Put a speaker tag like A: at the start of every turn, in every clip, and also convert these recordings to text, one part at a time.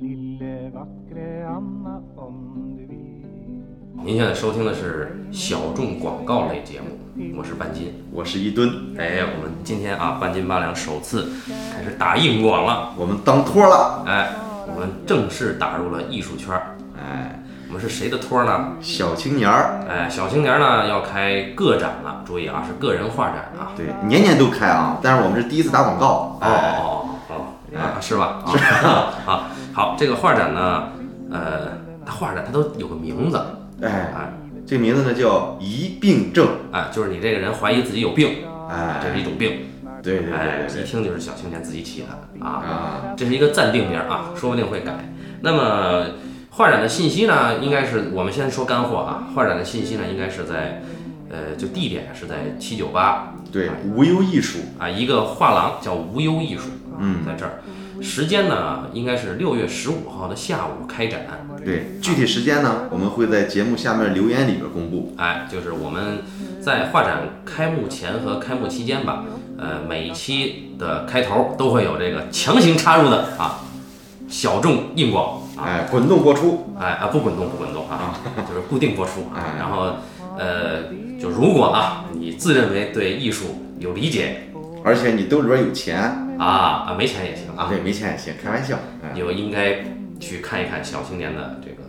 A: Lille vackre Anna om du vill
B: 您现在收听的是小众广告类节目，我是半斤。
C: 我是一吨，
B: 哎，我们今天啊，半斤八两首次开始打硬广了，
C: 我们当托了。
B: 哎，我们正式打入了艺术圈儿。
C: 哎，
B: 我们是谁的托儿呢？
C: 小青年儿，
B: 哎，小青年呢要开个展了，注意啊，是个人画展啊。
C: 对，年年都开啊，但是我们是第一次打广告。哎，
B: 哦哦哦，啊，是吧？啊啊，好，这个画展呢，呃，它画展它都有个名字，
C: 哎，
B: 哎
C: 这名字呢叫疑病症。
B: 哎，就是你这个人怀疑自己有病，
C: 哎，
B: 这是一种病，
C: 对对
B: 哎
C: 对，对
B: 一
C: 对
B: 听就是小青年自己起的啊。
C: 啊，
B: 这是一个暂定名儿啊，说不定会改。那么画展的信息呢，应该是我们先说干货啊。画展的信息呢，应该是在，呃，就地点是在七九八
C: 对，无忧艺术。
B: 啊，一个画廊叫无忧艺术，
C: 嗯，
B: 在这儿。时间呢，应该是六月十五号的下午开展。
C: 对，具体时间呢，我们会在节目下面留言里边公布。
B: 哎，就是我们在画展开幕前和开幕期间吧，呃，每一期的开头都会有这个强行插入的啊，小众硬广啊。
C: 哎，滚动播出。
B: 哎啊，不滚动不滚动 啊，就是固定播出啊
C: 哎。
B: 然后呃，就如果啊，你自认为对艺术有理解
C: 而且你兜里边有钱，
B: 啊啊，没钱也行啊，
C: 对，没钱也行，开玩笑。哎，
B: 你就应该去看一看小青年的这个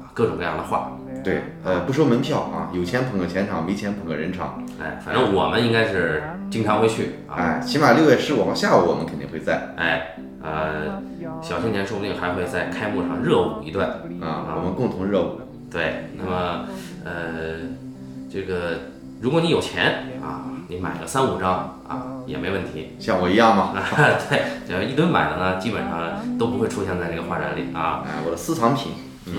B: 啊各种各样的画。
C: 对，呃，不收门票啊，有钱捧个钱场，没钱捧个人场。
B: 哎，反正我们应该是经常会去啊。
C: 哎，起码六月十五号下午我们肯定会在。
B: 哎，呃，小青年说不定还会在开幕上热舞一段。
C: 啊，我们共同热舞。
B: 对，那么呃，这个如果你有钱啊，你买个三五张啊也没问题。
C: 像我一样吗？
B: 啊，对，只要一吨买的呢，基本上都不会出现在这个画展里啊。
C: 哎，我的私藏品。
B: 嗯，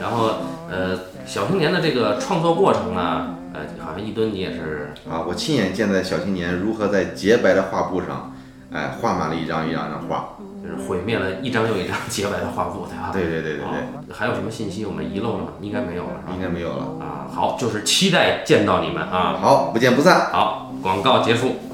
B: 然后呃，小青年的这个创作过程呢，呃，好像一吨你也是
C: 啊，我亲眼见在小青年如何在洁白的画布上，哎，画满了一张一张张画。
B: 就是毁灭了一张又一张洁白的画布，对吧？
C: 对对对对对，
B: 哦还有什么信息我们遗漏了吗？应该没有了，是吧
C: 应该没有了。
B: 啊，好，就是期待见到你们啊。
C: 好，不见不散。
B: 好，广告结束。